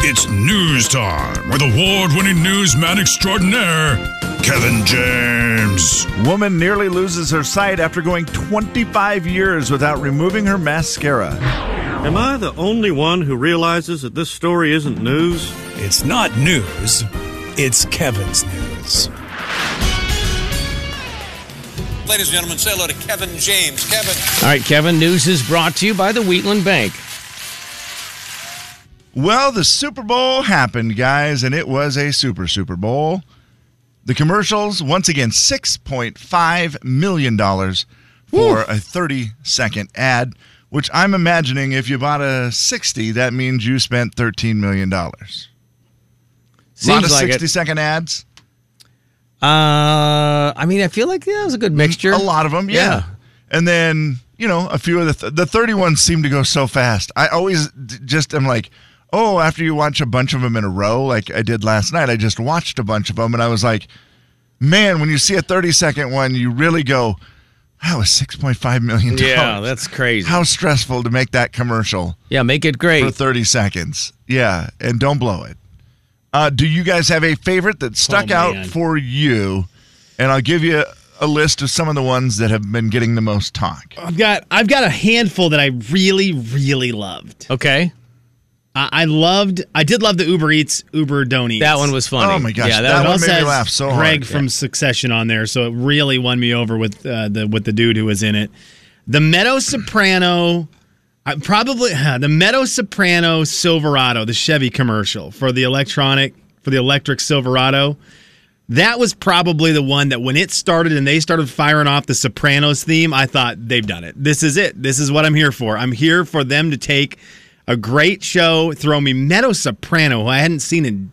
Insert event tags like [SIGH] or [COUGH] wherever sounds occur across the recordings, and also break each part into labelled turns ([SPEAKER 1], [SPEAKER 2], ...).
[SPEAKER 1] It's news time with award winning newsman extraordinaire, Kevin James.
[SPEAKER 2] Woman nearly loses her sight after going 25 years without removing her mascara.
[SPEAKER 3] Am I the only one who realizes that this story isn't news?
[SPEAKER 4] It's not news, it's Kevin's news.
[SPEAKER 5] Ladies and gentlemen, say hello to Kevin James. Kevin.
[SPEAKER 6] All right, Kevin, news is brought to you by the Wheatland Bank.
[SPEAKER 2] Well, the Super Bowl happened, guys, and it was a super Super Bowl. The commercials, once again, $6.5 million for a 30 second ad, which I'm imagining if you bought a 60, that means you spent $13 million. A lot of
[SPEAKER 6] Seems like it.
[SPEAKER 2] sixty second ads.
[SPEAKER 6] Uh, I mean, I feel like yeah, it was a good mixture.
[SPEAKER 2] A lot of them, yeah.
[SPEAKER 6] Yeah.
[SPEAKER 2] And then you know a few of the th- the thirty ones seem to go so fast. I always d- just am like, oh, after you watch a bunch of them in a row, like I did last night. I just watched a bunch of them, and I was like, man, when you see a thirty second one, you really go, that was six point five million dollars.
[SPEAKER 6] Yeah, that's crazy.
[SPEAKER 2] how stressful to make that commercial
[SPEAKER 6] yeah, make it
[SPEAKER 2] for
[SPEAKER 6] great.
[SPEAKER 2] 30 seconds. Yeah, and don't blow it. Uh, do you guys have a favorite that stuck
[SPEAKER 6] Oh,
[SPEAKER 2] out
[SPEAKER 6] man.
[SPEAKER 2] for you? And I'll give you a list of some of the ones that have been getting the most talk.
[SPEAKER 7] I've got I've got a handful that I really really loved.
[SPEAKER 6] Okay,
[SPEAKER 7] I, I loved I did love the Uber Eats Uber Don't Eats.
[SPEAKER 6] that one was funny.
[SPEAKER 2] Oh my gosh,
[SPEAKER 6] yeah,
[SPEAKER 2] that
[SPEAKER 7] It
[SPEAKER 6] was-
[SPEAKER 2] one
[SPEAKER 7] also
[SPEAKER 2] made me
[SPEAKER 7] has
[SPEAKER 2] laugh so hard.
[SPEAKER 7] Greg from Succession on there, so it really won me over with uh, the with the dude who was in it. The Meadow Soprano, I probably [LAUGHS] the Meadow Soprano Silverado, the Chevy commercial for the electronic for the electric Silverado. That was probably the one that when it started and they started firing off the Sopranos theme, I thought they've done it. This is it. This is what I'm here for. I'm here for them to take a great show, throw me Meadow Soprano, who I hadn't seen in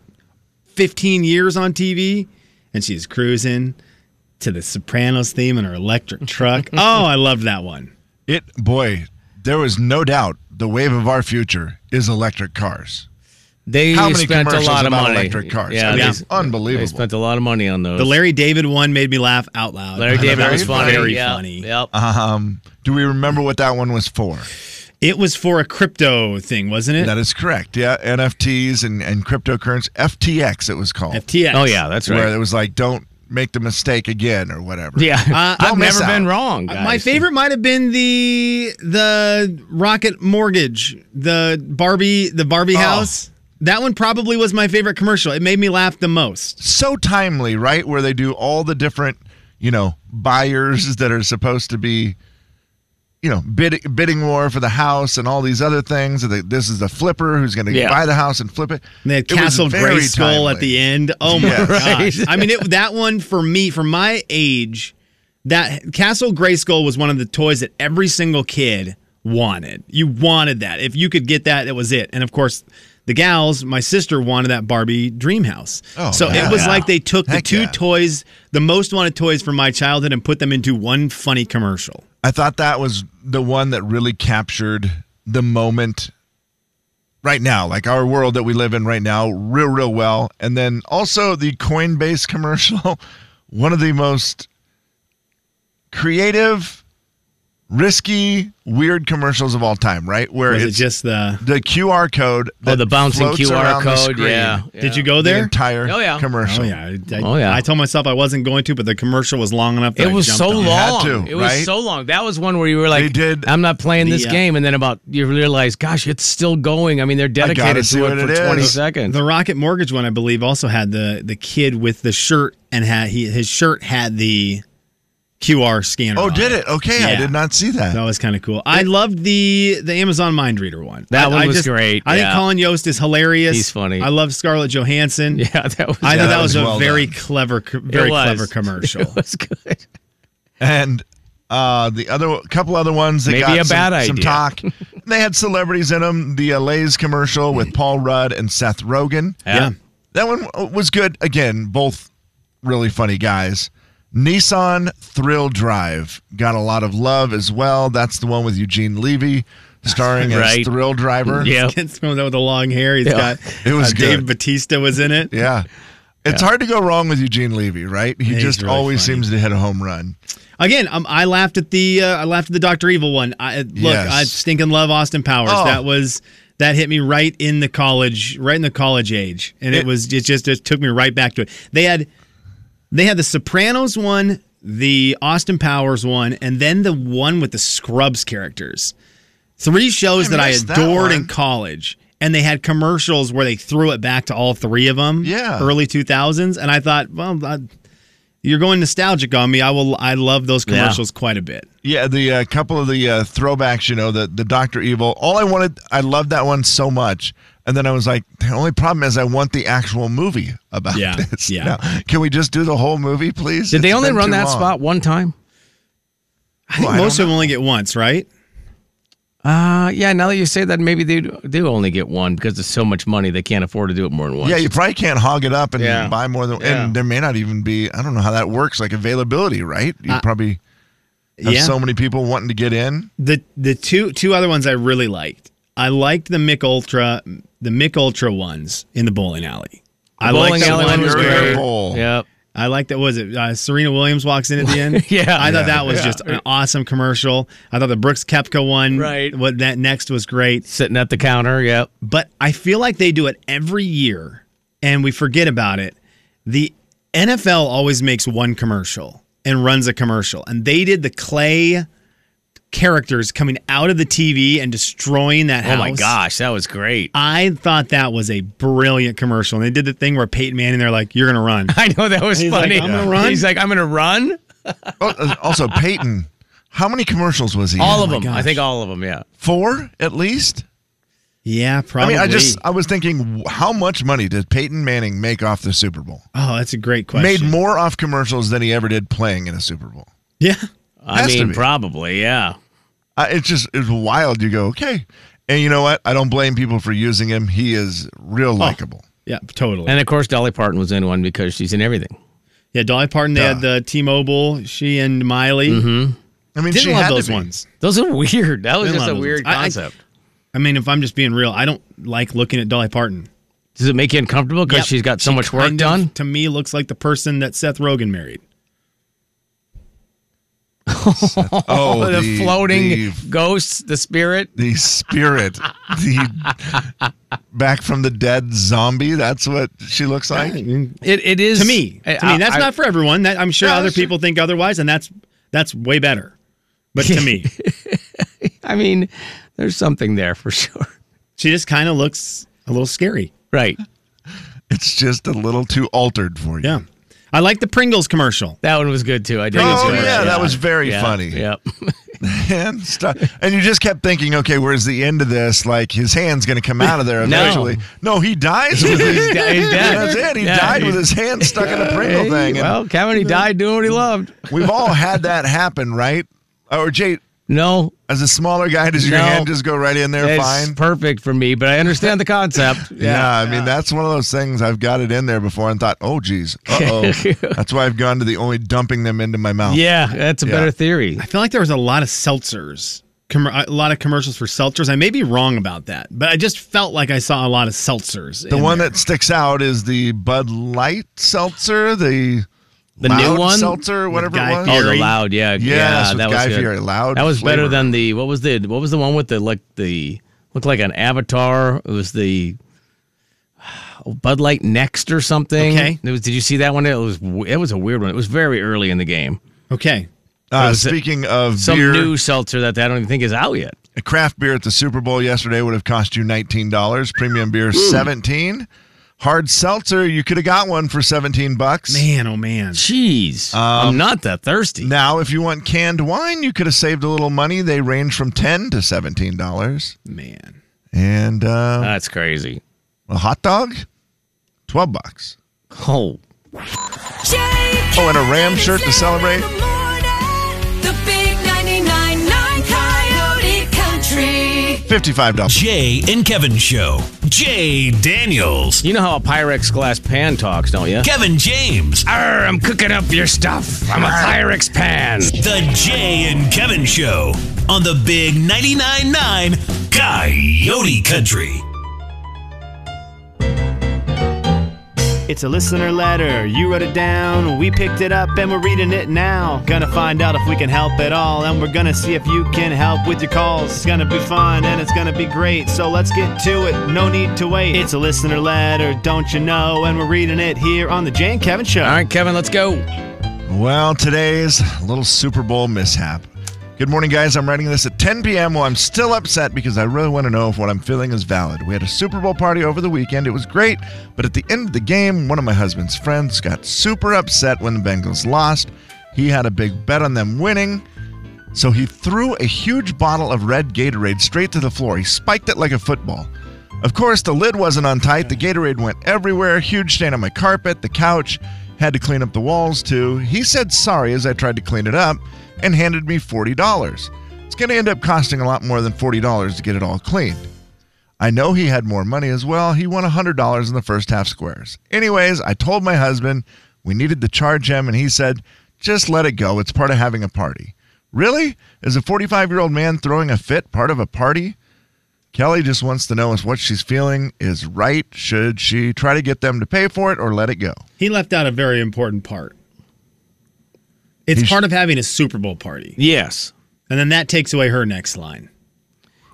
[SPEAKER 7] 15 years on TV, and she's cruising to the Sopranos theme in her
[SPEAKER 6] [LAUGHS]
[SPEAKER 7] electric truck. oh, I loved that one.
[SPEAKER 2] It boy, there was no doubt the wave of our future is electric cars.
[SPEAKER 6] they
[SPEAKER 2] How many
[SPEAKER 6] spent a
[SPEAKER 2] commercials
[SPEAKER 6] lot of
[SPEAKER 2] about
[SPEAKER 6] money.
[SPEAKER 2] electric cars?
[SPEAKER 6] Yeah,
[SPEAKER 2] I mean,
[SPEAKER 6] they-
[SPEAKER 2] it's unbelievable.
[SPEAKER 6] They spent a lot of money on those.
[SPEAKER 7] The Larry David one made me laugh out loud.
[SPEAKER 6] Larry
[SPEAKER 7] I thought
[SPEAKER 6] David
[SPEAKER 7] that
[SPEAKER 6] was funny.
[SPEAKER 7] Very
[SPEAKER 6] yeah,
[SPEAKER 7] funny.
[SPEAKER 6] Yep.
[SPEAKER 2] Um, do we remember what that one was for?
[SPEAKER 7] It was for a crypto thing, wasn't it?
[SPEAKER 2] That is correct. Yeah, NFTs and, and cryptocurrency. FTX it was called.
[SPEAKER 7] FTX.
[SPEAKER 6] Oh yeah, that's
[SPEAKER 2] where
[SPEAKER 6] right.
[SPEAKER 2] it was like don't make the mistake again or whatever.
[SPEAKER 6] Yeah, [LAUGHS] I've
[SPEAKER 2] Don't miss
[SPEAKER 6] never
[SPEAKER 2] out.
[SPEAKER 6] been wrong.
[SPEAKER 7] Uh, My
[SPEAKER 6] guys.
[SPEAKER 7] favorite might have been the the Rocket Mortgage, the Barbie, the
[SPEAKER 6] Oh.
[SPEAKER 7] Barbie house. That one probably was my favorite commercial. It made me laugh the most.
[SPEAKER 2] so timely, right? Where they do all the different, you know, buyers [LAUGHS] that are supposed to be, you know, bid, bidding war for the house and all these other things. And they- This is the flipper who's going to
[SPEAKER 6] Yeah.
[SPEAKER 2] buy the house and flip it.
[SPEAKER 7] And they had
[SPEAKER 2] It was
[SPEAKER 7] Castle
[SPEAKER 2] very
[SPEAKER 7] Grayskull at
[SPEAKER 2] timely.
[SPEAKER 7] the end.
[SPEAKER 2] [LAUGHS]
[SPEAKER 7] Oh my
[SPEAKER 2] Yes.
[SPEAKER 7] gosh! I mean, it, that one for me, for my age, that Castle Grayskull was one of the toys that every single kid wanted. You wanted that. If you could get that, it was it. And of course, the gals, my sister wanted that Barbie Dream House.
[SPEAKER 2] Oh,
[SPEAKER 7] so
[SPEAKER 2] yeah.
[SPEAKER 7] it was like they took
[SPEAKER 2] Heck
[SPEAKER 7] the two
[SPEAKER 2] yeah.
[SPEAKER 7] toys, the most wanted toys from my childhood, and put them into one funny commercial.
[SPEAKER 2] I thought that was the one that really captured the moment right now, like our world that we live in right now, real, real well. And then also the Coinbase commercial, [LAUGHS] one of the most creative, risky, weird commercials of all time, right? Where
[SPEAKER 7] Was it
[SPEAKER 2] it's
[SPEAKER 7] just the?
[SPEAKER 2] the QR code.
[SPEAKER 6] Oh,
[SPEAKER 2] that
[SPEAKER 6] the bouncing
[SPEAKER 2] floats
[SPEAKER 6] QR
[SPEAKER 2] around the
[SPEAKER 6] code.
[SPEAKER 2] screen,
[SPEAKER 6] yeah.
[SPEAKER 7] Did
[SPEAKER 6] Yeah.
[SPEAKER 7] you go
[SPEAKER 2] The
[SPEAKER 7] there?
[SPEAKER 2] entire
[SPEAKER 6] Oh, yeah.
[SPEAKER 2] commercial.
[SPEAKER 7] Oh yeah. I, I-
[SPEAKER 6] Oh, yeah.
[SPEAKER 7] I told myself I wasn't going to, but the commercial was long enough. That
[SPEAKER 6] It
[SPEAKER 7] I
[SPEAKER 6] was
[SPEAKER 7] jumped
[SPEAKER 6] so
[SPEAKER 7] on it.
[SPEAKER 2] had
[SPEAKER 6] long.
[SPEAKER 2] to,
[SPEAKER 6] it
[SPEAKER 2] right?
[SPEAKER 6] was so long. That was one where you were like,
[SPEAKER 2] They did-
[SPEAKER 6] "I'm not playing this
[SPEAKER 7] The, uh,
[SPEAKER 6] game," and then about you realize, "Gosh, it's still going." I mean, they're
[SPEAKER 2] gotta
[SPEAKER 6] dedicated
[SPEAKER 2] see
[SPEAKER 6] to
[SPEAKER 2] what
[SPEAKER 6] it for
[SPEAKER 2] it
[SPEAKER 6] 20
[SPEAKER 2] is.
[SPEAKER 6] seconds.
[SPEAKER 7] The Rocket Mortgage one, I believe, also had the the kid with the shirt and had he his shirt had the QR scanner.
[SPEAKER 2] Oh,
[SPEAKER 7] on
[SPEAKER 2] did it? Okay, I
[SPEAKER 7] Yeah.
[SPEAKER 2] did not see that.
[SPEAKER 7] That was kind of cool. I loved the the Amazon Mind Reader one.
[SPEAKER 6] That
[SPEAKER 7] I-
[SPEAKER 6] one
[SPEAKER 7] I
[SPEAKER 6] was
[SPEAKER 7] just-
[SPEAKER 6] great,
[SPEAKER 7] I
[SPEAKER 6] yeah.
[SPEAKER 7] think Colin Yost is hilarious.
[SPEAKER 6] He's funny.
[SPEAKER 7] I love Scarlett
[SPEAKER 6] [LAUGHS]
[SPEAKER 7] Johansson.
[SPEAKER 6] yeah, that was. [LAUGHS]
[SPEAKER 7] I
[SPEAKER 2] Yeah, that
[SPEAKER 7] thought that was,
[SPEAKER 2] was
[SPEAKER 7] a
[SPEAKER 2] well
[SPEAKER 7] very
[SPEAKER 2] done.
[SPEAKER 7] clever, co- very
[SPEAKER 6] was.
[SPEAKER 7] clever
[SPEAKER 6] [LAUGHS]
[SPEAKER 7] commercial. [LAUGHS]
[SPEAKER 6] It was good.
[SPEAKER 2] and uh, the other couple other ones that
[SPEAKER 6] Maybe
[SPEAKER 2] got
[SPEAKER 6] a
[SPEAKER 2] some,
[SPEAKER 6] bad
[SPEAKER 2] some
[SPEAKER 6] idea. [LAUGHS]
[SPEAKER 2] talk. they had celebrities in them. The uh, Lay's commercial with Paul Rudd and Seth Rogen.
[SPEAKER 7] yeah.
[SPEAKER 2] That one was good. Again, both really funny guys. Nissan Thrill Drive got a lot of love as well. That's the one with Eugene Levy
[SPEAKER 6] [LAUGHS]
[SPEAKER 2] starring
[SPEAKER 6] Right.
[SPEAKER 2] as Thrill Driver.
[SPEAKER 6] Yeah.
[SPEAKER 7] It's the one with the long hair. He's
[SPEAKER 6] Yeah.
[SPEAKER 7] got
[SPEAKER 2] It was
[SPEAKER 7] uh, Dave
[SPEAKER 2] good.
[SPEAKER 7] Batista was in it.
[SPEAKER 2] Yeah. It's hard to go wrong with Eugene Levy, right? He
[SPEAKER 7] He's
[SPEAKER 2] just
[SPEAKER 7] really
[SPEAKER 2] always
[SPEAKER 7] funny.
[SPEAKER 2] seems to hit a home run.
[SPEAKER 7] Again, um, I laughed at the uh, I laughed at the Doctor Evil one. I, look,
[SPEAKER 2] Yes.
[SPEAKER 7] I stinking love Austin Powers.
[SPEAKER 2] Oh.
[SPEAKER 7] That was that hit me right in the college, right in the college age, and it, was it just it took me right back to it. They had they had the Sopranos one, the Austin Powers one, and then the one with the Scrubs characters. Three shows
[SPEAKER 2] I
[SPEAKER 7] that I
[SPEAKER 2] missed that
[SPEAKER 7] adored in
[SPEAKER 2] one.
[SPEAKER 7] college. And they had commercials where they threw it back to all three of them.
[SPEAKER 2] Yeah.
[SPEAKER 7] Early 2000s. And I thought, well, I, you're going nostalgic on me. I will. I love those
[SPEAKER 6] Yeah.
[SPEAKER 7] commercials quite a bit.
[SPEAKER 2] Yeah, the uh, couple of the uh, throwbacks, you know, the the Doctor Evil. All I wanted, I loved that one so much, and then I was like, the only problem is I want the actual movie about
[SPEAKER 7] Yeah,
[SPEAKER 2] this.
[SPEAKER 7] yeah.
[SPEAKER 2] Now, can we just do the whole movie, please?
[SPEAKER 6] Did they
[SPEAKER 2] It's
[SPEAKER 6] only
[SPEAKER 2] been
[SPEAKER 6] run
[SPEAKER 2] too
[SPEAKER 6] that
[SPEAKER 2] long.
[SPEAKER 6] spot one time?
[SPEAKER 7] I think
[SPEAKER 2] Well, I
[SPEAKER 7] most
[SPEAKER 2] don't
[SPEAKER 7] of them only get once, right?
[SPEAKER 6] Uh, yeah. Now that you say that, maybe they do- do only get one because there's so much money they can't afford to do it more than once.
[SPEAKER 2] Yeah, you probably can't hog it up and
[SPEAKER 6] Yeah.
[SPEAKER 2] buy more than.
[SPEAKER 6] Yeah.
[SPEAKER 2] And there may not even be. I don't know how that works, like availability, right? You
[SPEAKER 7] Uh,
[SPEAKER 2] probably have
[SPEAKER 7] yeah.
[SPEAKER 2] so many people wanting to get in.
[SPEAKER 7] The the two two other ones I really liked. I liked the Mick Ultra the Mick Ultra ones in the bowling alley. I liked
[SPEAKER 6] Bowling
[SPEAKER 7] that
[SPEAKER 6] alley
[SPEAKER 7] one.
[SPEAKER 6] one was
[SPEAKER 2] Fury
[SPEAKER 6] great.
[SPEAKER 2] Bowl.
[SPEAKER 6] Yep.
[SPEAKER 7] I like that. Was it uh, Serena Williams walks in at the end?
[SPEAKER 6] [LAUGHS] Yeah.
[SPEAKER 7] I thought that was
[SPEAKER 6] Yeah.
[SPEAKER 7] just an awesome commercial. I thought the Brooks Kepka one,
[SPEAKER 6] Right.
[SPEAKER 7] What that next was great.
[SPEAKER 6] Sitting at the counter. Yep. Oh
[SPEAKER 7] But I feel like they do it every year, and we forget about it. The NFL always makes one commercial and runs a commercial, and they did the clay characters coming out of the TV and destroying that
[SPEAKER 6] Oh
[SPEAKER 7] house.
[SPEAKER 6] my gosh, that was great. [LAUGHS]
[SPEAKER 7] I thought that was a brilliant commercial. And they did the thing where Peyton Manning, they're like, "You're
[SPEAKER 2] [LAUGHS]
[SPEAKER 7] gonna run."
[SPEAKER 6] I know that was
[SPEAKER 7] He's like,
[SPEAKER 6] funny.
[SPEAKER 7] "I'm gonna run?"
[SPEAKER 6] He's like, I'm gonna run.
[SPEAKER 2] Oh, uh, also, Peyton, how many commercials was he?
[SPEAKER 6] All
[SPEAKER 2] in?
[SPEAKER 6] of them. I
[SPEAKER 7] Oh gosh.
[SPEAKER 6] think all of them. Yeah.
[SPEAKER 2] Four at least.
[SPEAKER 7] Yeah, probably.
[SPEAKER 2] I mean, I just I was thinking, wh- how much money did Peyton Manning make off the Super Bowl?
[SPEAKER 7] oh, that's a great question.
[SPEAKER 2] Made more off commercials than he ever did playing in a Super Bowl.
[SPEAKER 7] Yeah.
[SPEAKER 6] I
[SPEAKER 2] Has to
[SPEAKER 6] mean,
[SPEAKER 2] be.
[SPEAKER 6] probably. Yeah.
[SPEAKER 2] I, it's just it's wild. You go okay, and you know what? I don't blame people for using him. He is
[SPEAKER 7] Oh.
[SPEAKER 2] real likable.
[SPEAKER 7] Yeah, totally.
[SPEAKER 6] And of course, Dolly Parton was in one because she's in everything.
[SPEAKER 7] yeah, Dolly Parton. They had the T-Mobile. She and Miley.
[SPEAKER 2] I mean, Mm-hmm. she
[SPEAKER 7] Didn't love
[SPEAKER 2] had to
[SPEAKER 7] those
[SPEAKER 2] be.
[SPEAKER 7] ones.
[SPEAKER 6] Those are weird. That was
[SPEAKER 7] Didn't
[SPEAKER 6] just
[SPEAKER 7] love
[SPEAKER 6] a
[SPEAKER 7] those
[SPEAKER 6] weird
[SPEAKER 7] ones. I- I-
[SPEAKER 6] concept.
[SPEAKER 7] I mean, if I'm just being real, I don't like looking at Dolly Parton
[SPEAKER 6] Does it make you uncomfortable because she's got so
[SPEAKER 7] She
[SPEAKER 6] much work
[SPEAKER 7] kind of,
[SPEAKER 6] done?
[SPEAKER 7] To me, looks like the person that Seth Rogen
[SPEAKER 2] [CLEARS THROAT]
[SPEAKER 7] married.
[SPEAKER 2] [LAUGHS] Oh,
[SPEAKER 7] [LAUGHS]
[SPEAKER 6] the, floating
[SPEAKER 2] the,
[SPEAKER 6] ghosts, the spirit.
[SPEAKER 2] the spirit, the back from the dead zombie. That's what she looks like.
[SPEAKER 6] It, it is
[SPEAKER 7] To me,
[SPEAKER 6] I-
[SPEAKER 7] to me, that's
[SPEAKER 6] I-
[SPEAKER 7] not for everyone. That I'm sure
[SPEAKER 2] Yeah,
[SPEAKER 7] other
[SPEAKER 2] that's true.
[SPEAKER 7] people think otherwise, and that's that's way better. But
[SPEAKER 6] [LAUGHS]
[SPEAKER 7] to me,
[SPEAKER 6] I mean, there's something there for [LAUGHS] sure.
[SPEAKER 7] she just kind of looks a little scary.
[SPEAKER 6] Right.
[SPEAKER 2] It's just a little too altered for you.
[SPEAKER 7] Yeah, I like the Pringles commercial.
[SPEAKER 6] That one was good too. I did.
[SPEAKER 2] Oh
[SPEAKER 6] enjoy
[SPEAKER 2] yeah,
[SPEAKER 6] that.
[SPEAKER 2] that was very
[SPEAKER 6] Yeah.
[SPEAKER 2] funny.
[SPEAKER 6] Yep.
[SPEAKER 2] and stuff. And you just kept thinking, okay, where's the end of this? Like his hand's going to come out of there
[SPEAKER 6] [LAUGHS] No.
[SPEAKER 2] eventually. No, he dies with his.
[SPEAKER 6] [LAUGHS] He's
[SPEAKER 2] [LAUGHS]
[SPEAKER 6] di- he's dead.
[SPEAKER 2] That's it. He
[SPEAKER 6] Yeah,
[SPEAKER 2] died
[SPEAKER 6] he-
[SPEAKER 2] with his hand stuck in a Pringle
[SPEAKER 6] Hey,
[SPEAKER 2] thing. And
[SPEAKER 6] Well, Kevin, he died doing what he loved.
[SPEAKER 2] we've all had that happen, right? Oh, Or Jay,
[SPEAKER 6] No,
[SPEAKER 2] as a smaller guy, does your
[SPEAKER 6] No.
[SPEAKER 2] hand just go right in there?
[SPEAKER 6] it's
[SPEAKER 2] fine.
[SPEAKER 6] perfect for me, but I understand the
[SPEAKER 2] [LAUGHS]
[SPEAKER 6] concept.
[SPEAKER 2] yeah, I mean that's one of those things. I've got it in there before and thought, oh geez, uh
[SPEAKER 6] [LAUGHS]
[SPEAKER 2] oh. that's why I've gone to the only dumping them into my mouth.
[SPEAKER 6] Yeah, that's a
[SPEAKER 2] Yeah.
[SPEAKER 6] better theory.
[SPEAKER 7] I feel like there was a lot of seltzers, com- a lot of commercials for seltzers. I may be wrong about that, but I just felt like I saw a lot of seltzers.
[SPEAKER 2] The
[SPEAKER 7] in
[SPEAKER 2] one
[SPEAKER 7] there.
[SPEAKER 2] that sticks out is the Bud Light seltzer, the
[SPEAKER 6] The
[SPEAKER 2] loud
[SPEAKER 6] new one.
[SPEAKER 2] seltzer, whatever
[SPEAKER 7] Guy
[SPEAKER 2] it was.
[SPEAKER 6] Oh, the
[SPEAKER 7] Fury.
[SPEAKER 6] loud, yeah,
[SPEAKER 2] Yes,
[SPEAKER 6] yeah,
[SPEAKER 2] with
[SPEAKER 6] that was
[SPEAKER 2] Guy
[SPEAKER 6] good.
[SPEAKER 2] Fieri, loud
[SPEAKER 6] That was better
[SPEAKER 2] flavor.
[SPEAKER 6] than the what was the what was the one with the like the looked like an avatar. It was the oh, Bud Light Next or something.
[SPEAKER 7] Okay.
[SPEAKER 6] It was, did you see that one? It was it was a weird one. It was very early in the game.
[SPEAKER 7] Okay.
[SPEAKER 2] Uh,
[SPEAKER 6] was a-
[SPEAKER 2] speaking of
[SPEAKER 6] Some
[SPEAKER 2] beer,
[SPEAKER 6] new seltzer that I don't even think is out yet.
[SPEAKER 2] a craft beer at the Super Bowl yesterday would have cost you nineteen dollars. Premium beer seventeen. Hard seltzer, you could have got one for seventeen bucks.
[SPEAKER 7] Man, oh man.
[SPEAKER 6] Jeez,
[SPEAKER 2] Um,
[SPEAKER 6] I'm not that thirsty.
[SPEAKER 2] Now, if you want canned wine, you could have saved a little money. They range from ten to seventeen dollars.
[SPEAKER 7] Man.
[SPEAKER 2] And uh,
[SPEAKER 6] That's crazy.
[SPEAKER 2] a hot dog, twelve bucks.
[SPEAKER 6] Oh,
[SPEAKER 8] Oh,
[SPEAKER 2] and a Ram shirt to celebrate.
[SPEAKER 8] The big 99.9 Coyote Country.
[SPEAKER 2] Fifty-five dollars.
[SPEAKER 4] Jay and Kevin Show. Jay Daniels.
[SPEAKER 6] you know how a Pyrex glass pan talks, don't you?
[SPEAKER 4] Kevin James.
[SPEAKER 6] Arr, I'm cooking up your stuff. I'm a Pyrex pan.
[SPEAKER 4] The Jay and Kevin Show on the Big 99.9 9 Coyote Country.
[SPEAKER 9] It's a listener letter. You wrote it down. We picked it up and we're reading it now. Gonna find out if we can help at all. And we're gonna see if you can help with your calls. It's gonna be fun and it's gonna be great. So let's get to it. No need to wait. It's a listener letter, don't you know? And we're reading it here on The Jane Kevin Show.
[SPEAKER 6] All right, Kevin, let's go.
[SPEAKER 2] Well, today's little Super Bowl mishap. Good morning, guys. I'm writing this at 10 p.m. while I'm still upset because I really want to know if what I'm feeling is valid. We had a Super Bowl party over the weekend. It was great, but at the end of the game, one of my husband's friends got super upset when the Bengals lost. He had a big bet on them winning, so he threw a huge bottle of red Gatorade straight to the floor. He spiked it like a football. Of course, the lid wasn't on tight. The Gatorade went everywhere. Huge stain on my carpet, the couch. Had to clean up the walls too. He said sorry as I tried to clean it up and handed me $40. It's going to end up costing a lot more than $40 to get it all cleaned. I know he had more money as well. He won $100 in the first half squares. Anyways, I told my husband we needed to charge him, and he said, just let it go. It's part of having a party. Really? Is a 45 year old man throwing a fit part of a party? Kelly just wants to know if what she's feeling is right. Should she try to get them to pay for it or let it go?
[SPEAKER 7] He left out a very important part. It's
[SPEAKER 2] He's-
[SPEAKER 7] part of having a Super Bowl party.
[SPEAKER 6] Yes.
[SPEAKER 7] And then that takes away her next line.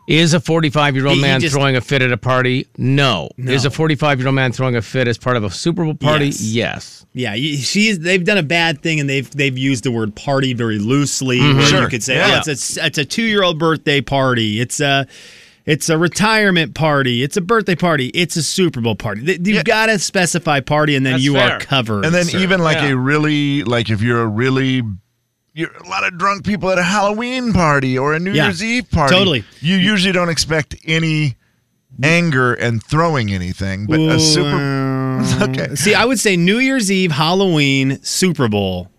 [SPEAKER 6] Is a 45 year old
[SPEAKER 7] He- he
[SPEAKER 6] man
[SPEAKER 7] just-
[SPEAKER 6] throwing a fit at a party? No. Is a 45 year old man throwing a fit as part of a Super Bowl party?
[SPEAKER 7] Yes.
[SPEAKER 6] Yes.
[SPEAKER 7] Yeah, you- she's they've done a bad thing and they've they've used the word party very loosely. Where you
[SPEAKER 2] Mm-hmm. Sure.
[SPEAKER 7] could say,
[SPEAKER 2] Yeah.
[SPEAKER 7] oh, it's a it's a two year old birthday party. It's a it's a retirement party. It's a birthday party. It's a Super Bowl party. Th- You've
[SPEAKER 2] Yeah.
[SPEAKER 7] got to specify party, and then
[SPEAKER 6] That's
[SPEAKER 7] you
[SPEAKER 6] fair.
[SPEAKER 7] are covered.
[SPEAKER 2] And then
[SPEAKER 7] sir.
[SPEAKER 2] even like
[SPEAKER 6] Yeah.
[SPEAKER 2] a really like if you're a really you're a lot of drunk people at a Halloween party or a New
[SPEAKER 7] Yeah,
[SPEAKER 2] Year's Eve party.
[SPEAKER 7] totally.
[SPEAKER 2] You usually don't expect any anger and throwing anything, but a super okay.
[SPEAKER 7] See, I would say New Year's Eve, Halloween, Super Bowl.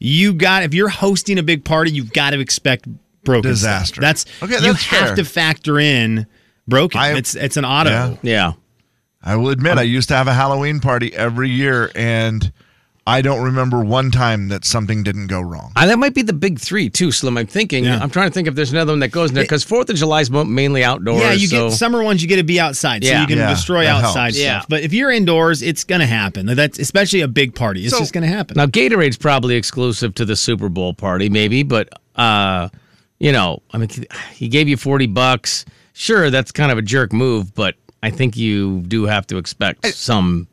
[SPEAKER 7] You got if you're hosting a big party, you've got to expect broken stuff.
[SPEAKER 2] Disaster.
[SPEAKER 7] That's
[SPEAKER 2] Okay,
[SPEAKER 7] you
[SPEAKER 2] that's
[SPEAKER 7] have
[SPEAKER 2] fair.
[SPEAKER 7] to factor in broken.
[SPEAKER 2] I-
[SPEAKER 7] it's it's an auto.
[SPEAKER 2] Yeah.
[SPEAKER 6] Yeah.
[SPEAKER 2] I will admit I used to have a Halloween party every year and I don't remember one time that something didn't go wrong.
[SPEAKER 6] I, that might be the big three, too, Slim. I'm thinking,
[SPEAKER 7] Yeah.
[SPEAKER 6] I'm trying to think if there's another one that goes in there because 4th of July is mo- mainly outdoors.
[SPEAKER 7] Yeah, you
[SPEAKER 6] so-
[SPEAKER 7] get summer ones. You get to be outside, so
[SPEAKER 6] Yeah.
[SPEAKER 7] you can
[SPEAKER 2] Yeah,
[SPEAKER 7] destroy
[SPEAKER 2] that
[SPEAKER 7] outside
[SPEAKER 2] helps.
[SPEAKER 7] stuff.
[SPEAKER 6] Yeah.
[SPEAKER 7] But if you're indoors, it's gonna happen. That's especially a big party. It's
[SPEAKER 2] So-
[SPEAKER 7] just gonna happen.
[SPEAKER 6] Now, Gatorade's probably exclusive to the Super Bowl party, maybe, but uh, you know, I mean, he gave you forty bucks. Sure, that's kind of a jerk move, but I think you do have to expect some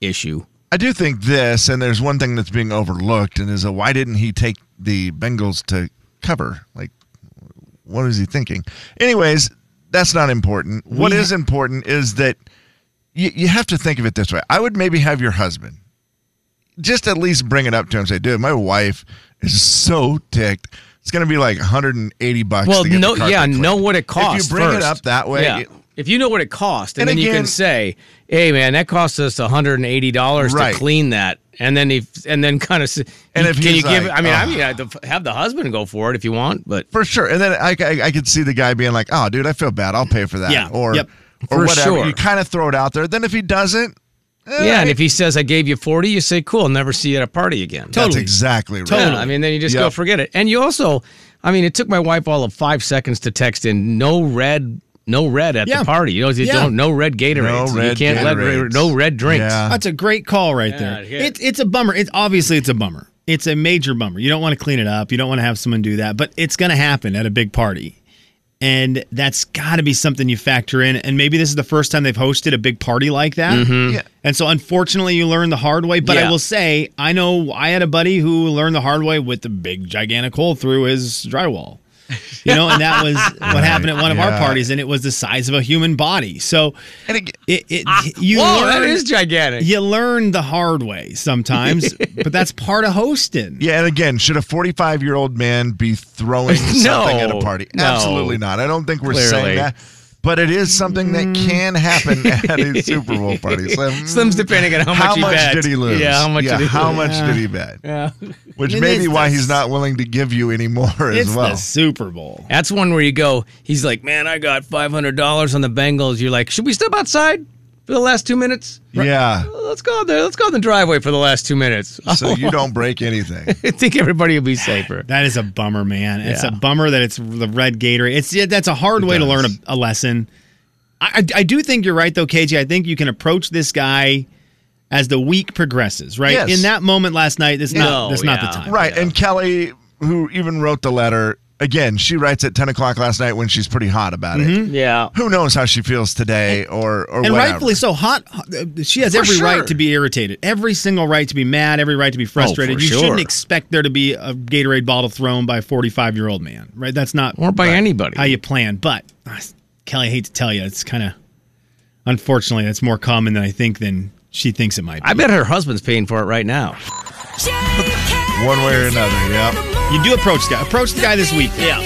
[SPEAKER 6] issue.
[SPEAKER 2] I do think this, and there's one thing that's being overlooked, and is that why didn't he take the Bengals to cover? Like, what is he thinking? Anyways, that's not important. What is important is that you, you have to think of it this way. I would maybe have your husband just at least bring it up to him. Say, dude, my wife is so ticked. It's going to be like 180 bucks.
[SPEAKER 6] Well,
[SPEAKER 2] to get
[SPEAKER 6] no,
[SPEAKER 2] the carpet
[SPEAKER 6] yeah, know
[SPEAKER 2] cleaned."
[SPEAKER 6] what it costs.
[SPEAKER 2] If you bring
[SPEAKER 6] first.
[SPEAKER 2] it up that way,
[SPEAKER 6] Yeah.
[SPEAKER 2] it-
[SPEAKER 6] if you know what it costs,
[SPEAKER 2] And
[SPEAKER 6] and, then you
[SPEAKER 2] again-
[SPEAKER 6] can say, "Hey, man, that cost us one hundred and eighty dollars
[SPEAKER 2] Right.
[SPEAKER 6] to clean that," and then if and then kind of,
[SPEAKER 2] And if
[SPEAKER 6] can you
[SPEAKER 2] he's
[SPEAKER 6] give?
[SPEAKER 2] like,
[SPEAKER 6] I mean, I
[SPEAKER 2] "Ugh."
[SPEAKER 6] mean, I have to- have the husband go for it if you want, but
[SPEAKER 2] for sure. And then I, I, I could see the guy being like, "Oh, dude, I feel bad. I'll pay for that."
[SPEAKER 7] Yeah,
[SPEAKER 2] Or
[SPEAKER 7] yep.
[SPEAKER 2] or
[SPEAKER 6] For
[SPEAKER 2] whatever.
[SPEAKER 6] sure.
[SPEAKER 2] You kind of throw it out there. Then if he doesn't, eh,
[SPEAKER 6] Yeah, and if he says I gave you forty, you say cool, I'll never see you at a party again.
[SPEAKER 2] that's
[SPEAKER 7] totally.
[SPEAKER 2] exactly right.
[SPEAKER 6] Yeah, I mean, then you just go
[SPEAKER 2] Yep.
[SPEAKER 6] forget it. And you also, I mean, it took my wife all of five seconds to text in no red, no red at
[SPEAKER 7] Yeah.
[SPEAKER 6] the party. You know, you
[SPEAKER 7] Yeah.
[SPEAKER 6] don't no red Gatorades.
[SPEAKER 2] No red
[SPEAKER 6] you can't let
[SPEAKER 2] Gatorades.
[SPEAKER 6] no red drinks.
[SPEAKER 2] Yeah.
[SPEAKER 7] That's a great call right there.
[SPEAKER 6] yeah.
[SPEAKER 7] It's it's a bummer. It's obviously it's a bummer. It's a major bummer. You don't want to clean it up. You don't want to have someone do that, but it's going to happen at a big party. And that's got to be something you factor in. And maybe this is the first time they've hosted a big party like that.
[SPEAKER 6] Mm-hmm.
[SPEAKER 2] Yeah.
[SPEAKER 7] And so, unfortunately, you learn the hard way. But I
[SPEAKER 6] Yeah.
[SPEAKER 7] will say, I know I had a buddy who learned the hard way with a big, gigantic hole through his drywall. You know,
[SPEAKER 6] [LAUGHS]
[SPEAKER 7] and that was what happened at one of our
[SPEAKER 2] yeah.
[SPEAKER 7] parties, and it was the size of a human body. So,
[SPEAKER 2] And it-
[SPEAKER 7] it, it you
[SPEAKER 6] Ah, Whoa,
[SPEAKER 7] learn
[SPEAKER 6] that is gigantic.
[SPEAKER 7] you learn the hard
[SPEAKER 6] [LAUGHS]
[SPEAKER 7] way sometimes, but that's part of hosting.
[SPEAKER 2] yeah, and again, should a 45 year old man be
[SPEAKER 6] [LAUGHS]
[SPEAKER 2] throwing something at a
[SPEAKER 6] No.
[SPEAKER 2] party?
[SPEAKER 6] No.
[SPEAKER 2] Absolutely not. I don't think we're
[SPEAKER 6] Clearly. Mm.
[SPEAKER 2] saying that. But it is something that can happen
[SPEAKER 6] [LAUGHS]
[SPEAKER 2] at a Super Bowl party. So, mm,
[SPEAKER 6] Slim's depending on how,
[SPEAKER 2] how
[SPEAKER 6] much,
[SPEAKER 2] much
[SPEAKER 6] he bet.
[SPEAKER 2] did he lose?
[SPEAKER 6] Yeah, how much
[SPEAKER 2] Yeah,
[SPEAKER 6] did he
[SPEAKER 2] how
[SPEAKER 6] lose?
[SPEAKER 2] much did he bet?
[SPEAKER 6] Yeah.
[SPEAKER 2] Which
[SPEAKER 7] It
[SPEAKER 2] may be
[SPEAKER 7] is
[SPEAKER 2] why
[SPEAKER 7] the-
[SPEAKER 2] he's not willing to give you any more [LAUGHS]
[SPEAKER 7] It's
[SPEAKER 2] as well.
[SPEAKER 7] the Super Bowl.
[SPEAKER 6] [LAUGHS] That's one where you go. He's like, man, I got five hundred dollars on the Bengals. You're like, should we step outside for the last two minutes? [LAUGHS]
[SPEAKER 2] Yeah.
[SPEAKER 6] Let's go out there. Let's go out in the driveway for the last two minutes. [LAUGHS]
[SPEAKER 2] So you don't break anything.
[SPEAKER 6] I think everybody will be safer.
[SPEAKER 7] That is a bummer, man. It's a
[SPEAKER 6] Yeah.
[SPEAKER 7] bummer that it's the red gator. It's yeah, that's a hard way to learn
[SPEAKER 2] does.
[SPEAKER 7] a, a lesson. I, I I do think you're right though, KJ. I think you can approach this guy as the week progresses, right?
[SPEAKER 2] Yes.
[SPEAKER 7] In that moment last night, it's
[SPEAKER 6] No,
[SPEAKER 7] not that's not the
[SPEAKER 6] yeah.
[SPEAKER 7] time.
[SPEAKER 2] Right.
[SPEAKER 6] uh,
[SPEAKER 2] And Kelly, who even wrote the letter, again, she writes at 10 o'clock last night when she's pretty hot about it.
[SPEAKER 6] Yeah.
[SPEAKER 2] Who knows how she feels today or, or
[SPEAKER 7] And
[SPEAKER 2] whatever.
[SPEAKER 7] rightfully so. Hot. hot- uh, She has
[SPEAKER 6] For
[SPEAKER 7] every
[SPEAKER 6] sure. Oh,
[SPEAKER 7] right to be irritated. Every single right to be mad. Every right to be frustrated.
[SPEAKER 6] for
[SPEAKER 7] you
[SPEAKER 6] sure.
[SPEAKER 7] shouldn't expect there to be a Gatorade bottle thrown by a 45 year old man, right? That's not
[SPEAKER 6] Or by anybody.
[SPEAKER 7] how you plan. But uh, Kelly, I hate to tell you, it's kind of unfortunately that's more common than I think than she thinks it might. be.
[SPEAKER 6] I bet her husband's paying for it right now.
[SPEAKER 2] One way or another, yep.
[SPEAKER 7] You do approach the guy. Approach the guy this week.
[SPEAKER 6] Yeah.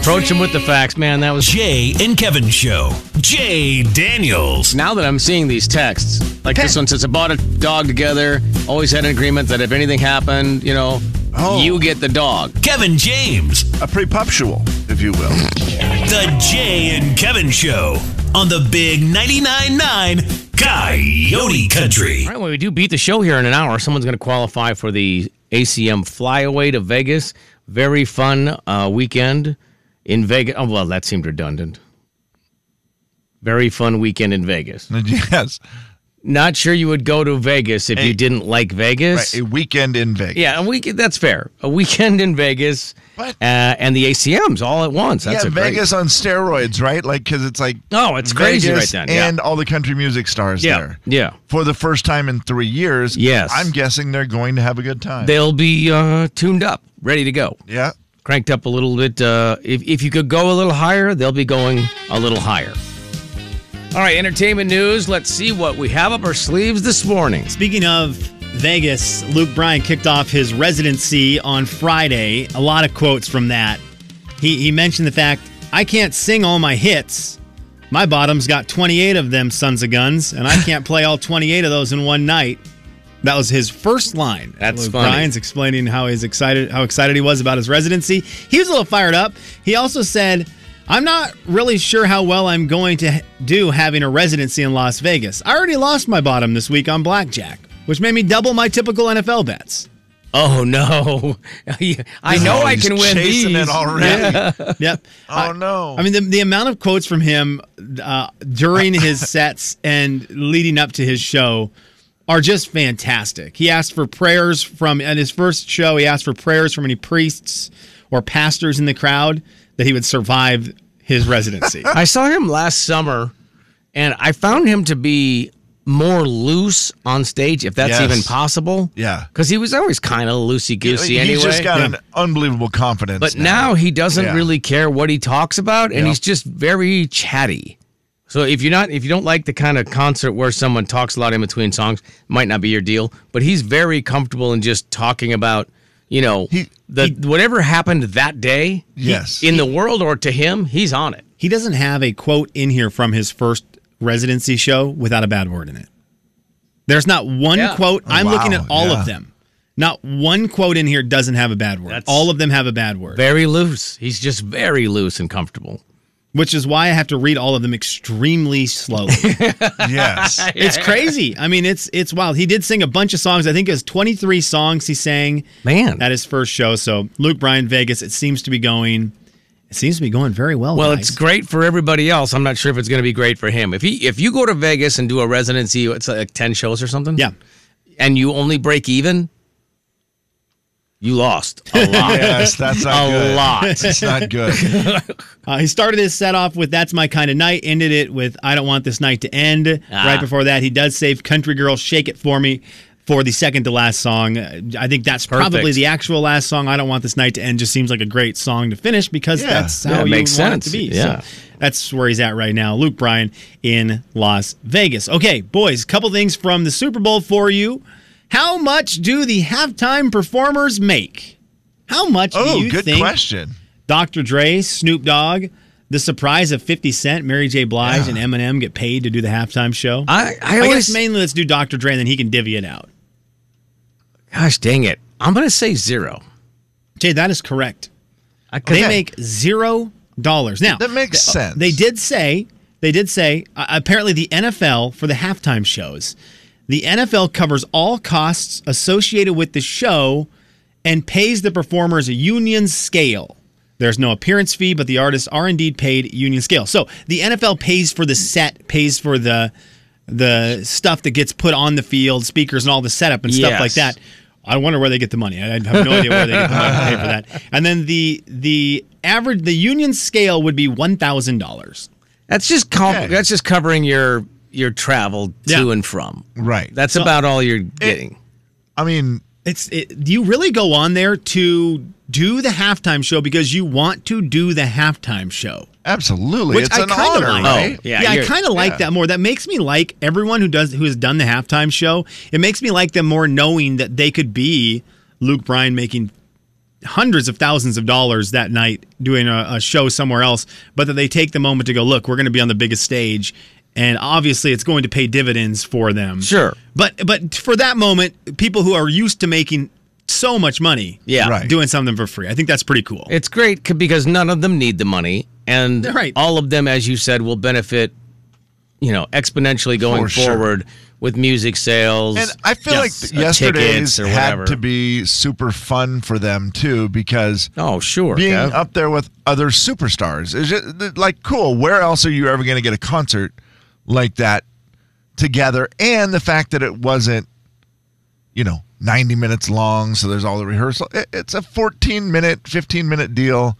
[SPEAKER 6] Approach him with the facts, man. That was
[SPEAKER 4] Jay and Kevin Show. Jay Daniels.
[SPEAKER 6] now that I'm seeing these texts, like this one says, I bought a dog together, always had an agreement that if anything happened, you know,
[SPEAKER 2] Oh.
[SPEAKER 6] you get the dog.
[SPEAKER 4] Kevin James.
[SPEAKER 2] A prepuptial, if you will. [LAUGHS]
[SPEAKER 6] [LAUGHS]
[SPEAKER 4] The Jay and Kevin Show on the Big 99.9 9 Coyote Country.
[SPEAKER 6] All right, when we do beat the show here in an hour, someone's going to qualify for the ACM flyaway to Vegas. Very fun uh, weekend in Vegas. Oh, well, that seemed redundant. Very fun weekend in Vegas.
[SPEAKER 2] yes.
[SPEAKER 6] Not sure you would go to Vegas if you didn't like Vegas.
[SPEAKER 2] Right, a weekend in Vegas.
[SPEAKER 6] Yeah, a week. That's fair. A weekend in Vegas,
[SPEAKER 2] What?
[SPEAKER 6] Uh, and the ACMs all at once. That's
[SPEAKER 2] yeah,
[SPEAKER 6] a great-
[SPEAKER 2] Vegas on steroids, right? Like, because it's like
[SPEAKER 6] Oh, it's crazy
[SPEAKER 2] Vegas
[SPEAKER 6] right then, yeah.
[SPEAKER 2] and all the country music stars
[SPEAKER 6] Yeah,
[SPEAKER 2] there.
[SPEAKER 6] yeah.
[SPEAKER 2] For the first time in three years.
[SPEAKER 6] Yes.
[SPEAKER 2] I'm guessing they're going to have a good time.
[SPEAKER 6] They'll be uh, tuned up, ready to go,
[SPEAKER 2] yeah.
[SPEAKER 6] cranked up a little bit. Uh, if if you could go a little higher, they'll be going a little higher. All right, entertainment news. Let's see what we have up our sleeves this morning.
[SPEAKER 7] Speaking of Vegas, Luke Bryan kicked off his residency on Friday. A lot of quotes from that. He, he mentioned the fact, I can't sing all my hits. My bottom's got 28 of them, sons of guns, and I can't play all 28 of those in one night. That was his first line.
[SPEAKER 6] That's
[SPEAKER 7] Luke
[SPEAKER 6] funny.
[SPEAKER 7] Bryan's explaining how he's excited, how excited he was about his residency. He was a little fired up. He also said, "I'm not really sure how well I'm going to do having a residency in Las Vegas. I already lost my bottom this week on blackjack, which made me double my typical
[SPEAKER 6] [LAUGHS]
[SPEAKER 7] NFL bets."
[SPEAKER 6] Oh no! [LAUGHS] I know
[SPEAKER 2] Oh,
[SPEAKER 6] I
[SPEAKER 2] he's
[SPEAKER 6] can win
[SPEAKER 2] chasing it
[SPEAKER 6] these.
[SPEAKER 2] already.
[SPEAKER 6] [LAUGHS]
[SPEAKER 7] Yep.
[SPEAKER 2] Oh, no.
[SPEAKER 7] I mean, the, the amount of quotes from him uh, during his sets and leading up to his show are just fantastic. He asked for prayers from, at his first show, he asked for prayers from any priests or pastors in the crowd that he would survive his residency.
[SPEAKER 6] I saw him last summer, and I found him to be more loose on stage, if that's
[SPEAKER 2] Yes.
[SPEAKER 6] even possible.
[SPEAKER 2] Yeah.
[SPEAKER 6] because he was always kind of loosey goosey
[SPEAKER 2] He's
[SPEAKER 6] anyway.
[SPEAKER 2] just got an unbelievable confidence.
[SPEAKER 6] but now. he doesn't
[SPEAKER 2] Yeah.
[SPEAKER 6] really care what he talks about, and he's just very chatty. So if you're not, if you don't like the kind of concert where someone talks a lot in between songs, might not be your deal. But he's very comfortable in just talking about, you know,
[SPEAKER 2] He-
[SPEAKER 6] the whatever happened that day.
[SPEAKER 2] Yes.
[SPEAKER 6] in the world or to him, he's on it.
[SPEAKER 7] he doesn't have a quote in here from his first residency show without a bad word in it. There's not one
[SPEAKER 6] Yeah.
[SPEAKER 7] quote. I'm
[SPEAKER 2] wow,
[SPEAKER 7] looking at all
[SPEAKER 2] yeah.
[SPEAKER 7] of them. Not one quote in here doesn't have a bad word.
[SPEAKER 6] That's-
[SPEAKER 7] all of them have a bad word.
[SPEAKER 6] Very loose. He's just very loose and comfortable.
[SPEAKER 7] which is why I have to read all of them extremely slowly.
[SPEAKER 2] [LAUGHS]
[SPEAKER 6] [LAUGHS]
[SPEAKER 2] yes.
[SPEAKER 7] it's crazy. I mean, it's it's wild. He did sing a bunch of songs. I think it was 23 songs he sang
[SPEAKER 6] Man.
[SPEAKER 7] at his first show. So Luke Bryan Vegas, it seems to be going. It seems to be going very well.
[SPEAKER 6] Well,
[SPEAKER 7] guys.
[SPEAKER 6] it's great for everybody else. I'm not sure if it's going to be great for him. If he if you go to Vegas and do a residency, it's like 10 shows or something.
[SPEAKER 7] Yeah,
[SPEAKER 6] And you only break even, you lost
[SPEAKER 2] [LAUGHS]
[SPEAKER 6] a lot.
[SPEAKER 2] yes. That's not
[SPEAKER 6] a
[SPEAKER 2] good. [LAUGHS]
[SPEAKER 6] lot.
[SPEAKER 2] It's not
[SPEAKER 6] [LAUGHS]
[SPEAKER 2] good.
[SPEAKER 7] uh, he started his set off with "That's My Kind of Night," ended it with "I Don't Want This Night to End."
[SPEAKER 6] Ah.
[SPEAKER 7] Right before that, he does save "Country Girl," "Shake It For Me." For the second to last song, Uh, I think that's probably
[SPEAKER 6] Perfect.
[SPEAKER 7] the actual last song. I don't want this night to end. Just seems like a great song to finish because
[SPEAKER 2] Yeah.
[SPEAKER 7] that's how
[SPEAKER 6] Yeah, it
[SPEAKER 7] you
[SPEAKER 6] makes
[SPEAKER 7] want
[SPEAKER 6] sense.
[SPEAKER 7] it to be.
[SPEAKER 6] Yeah.
[SPEAKER 7] So that's where he's at right now. Luke Bryan in Las Vegas. Okay, boys, couple things from the Super Bowl for you. How much do the halftime performers make? How much
[SPEAKER 2] Oh,
[SPEAKER 7] do you
[SPEAKER 2] good
[SPEAKER 7] think
[SPEAKER 2] question.
[SPEAKER 7] Dr. Dre, Snoop Dogg, the surprise of 50 Cent, Mary J. Blige, and Eminem get paid to do the halftime show?
[SPEAKER 6] I, I
[SPEAKER 7] I
[SPEAKER 6] always
[SPEAKER 7] guess mainly let's do Dr. Dre and then he can divvy it out.
[SPEAKER 6] gosh dang it. I'm gonna say zero.
[SPEAKER 7] Jay, that is correct.
[SPEAKER 6] I could,
[SPEAKER 7] They make zero dollars. Now, uh,
[SPEAKER 2] That makes sense.
[SPEAKER 7] They did say they did say uh, apparently the NFL for the halftime shows. The NFL covers all costs associated with the show and pays the performers a union scale. There's no appearance fee, but the artists are indeed paid union scale. So the NFL pays for the set, pays for the the stuff that gets put on the field, speakers and all the setup and stuff
[SPEAKER 6] Yes.
[SPEAKER 7] like that. I wonder where they get the money. I I have no idea where they get the money to pay for that. And then the the average the union scale would be one thousand dollars.
[SPEAKER 6] That's just co-
[SPEAKER 2] Okay.
[SPEAKER 6] that's just covering your your travel to
[SPEAKER 7] Yeah.
[SPEAKER 6] and from.
[SPEAKER 2] Right.
[SPEAKER 6] That's about all you're getting.
[SPEAKER 2] I mean,
[SPEAKER 7] It's it, you really go on there to do the halftime show because you want to do the halftime show.
[SPEAKER 2] absolutely.
[SPEAKER 7] Which
[SPEAKER 2] it's
[SPEAKER 7] I
[SPEAKER 2] an
[SPEAKER 7] kinda
[SPEAKER 2] honor,
[SPEAKER 7] like.
[SPEAKER 2] right?
[SPEAKER 6] Oh, yeah,
[SPEAKER 7] yeah, I
[SPEAKER 6] you're-
[SPEAKER 7] kind of like
[SPEAKER 2] yeah.
[SPEAKER 7] that more. That makes me like everyone who does who has done the halftime show. It makes me like them more, knowing that they could be Luke Bryan making hundreds of thousands of dollars that night doing a, a show somewhere else, but that they take the moment to go, look, we're going to be on the biggest stage, and obviously it's going to pay dividends for them.
[SPEAKER 6] Sure.
[SPEAKER 7] but but for that moment, people who are used to making so much money,
[SPEAKER 6] Yeah.
[SPEAKER 2] Right.
[SPEAKER 7] doing something for free, I think that's pretty cool.
[SPEAKER 6] It's great c- because none of them need the money, and
[SPEAKER 7] Right.
[SPEAKER 6] all of them, as you said, will benefit. You know, exponentially going
[SPEAKER 2] For sure.
[SPEAKER 6] forward with music sales.
[SPEAKER 2] And I feel
[SPEAKER 6] yes,
[SPEAKER 2] like
[SPEAKER 6] uh,
[SPEAKER 2] th- yesterday's
[SPEAKER 6] tickets or
[SPEAKER 2] had
[SPEAKER 6] whatever.
[SPEAKER 2] to be super fun for them too, because
[SPEAKER 6] Oh, sure.
[SPEAKER 2] being
[SPEAKER 6] Kev.
[SPEAKER 2] up there with other superstars is just th- like cool. Where else are you ever going to get a concert like that together? And the fact that it wasn't, you know, ninety minutes long, so there's all the rehearsal. It- It's a fourteen minute, fifteen minute deal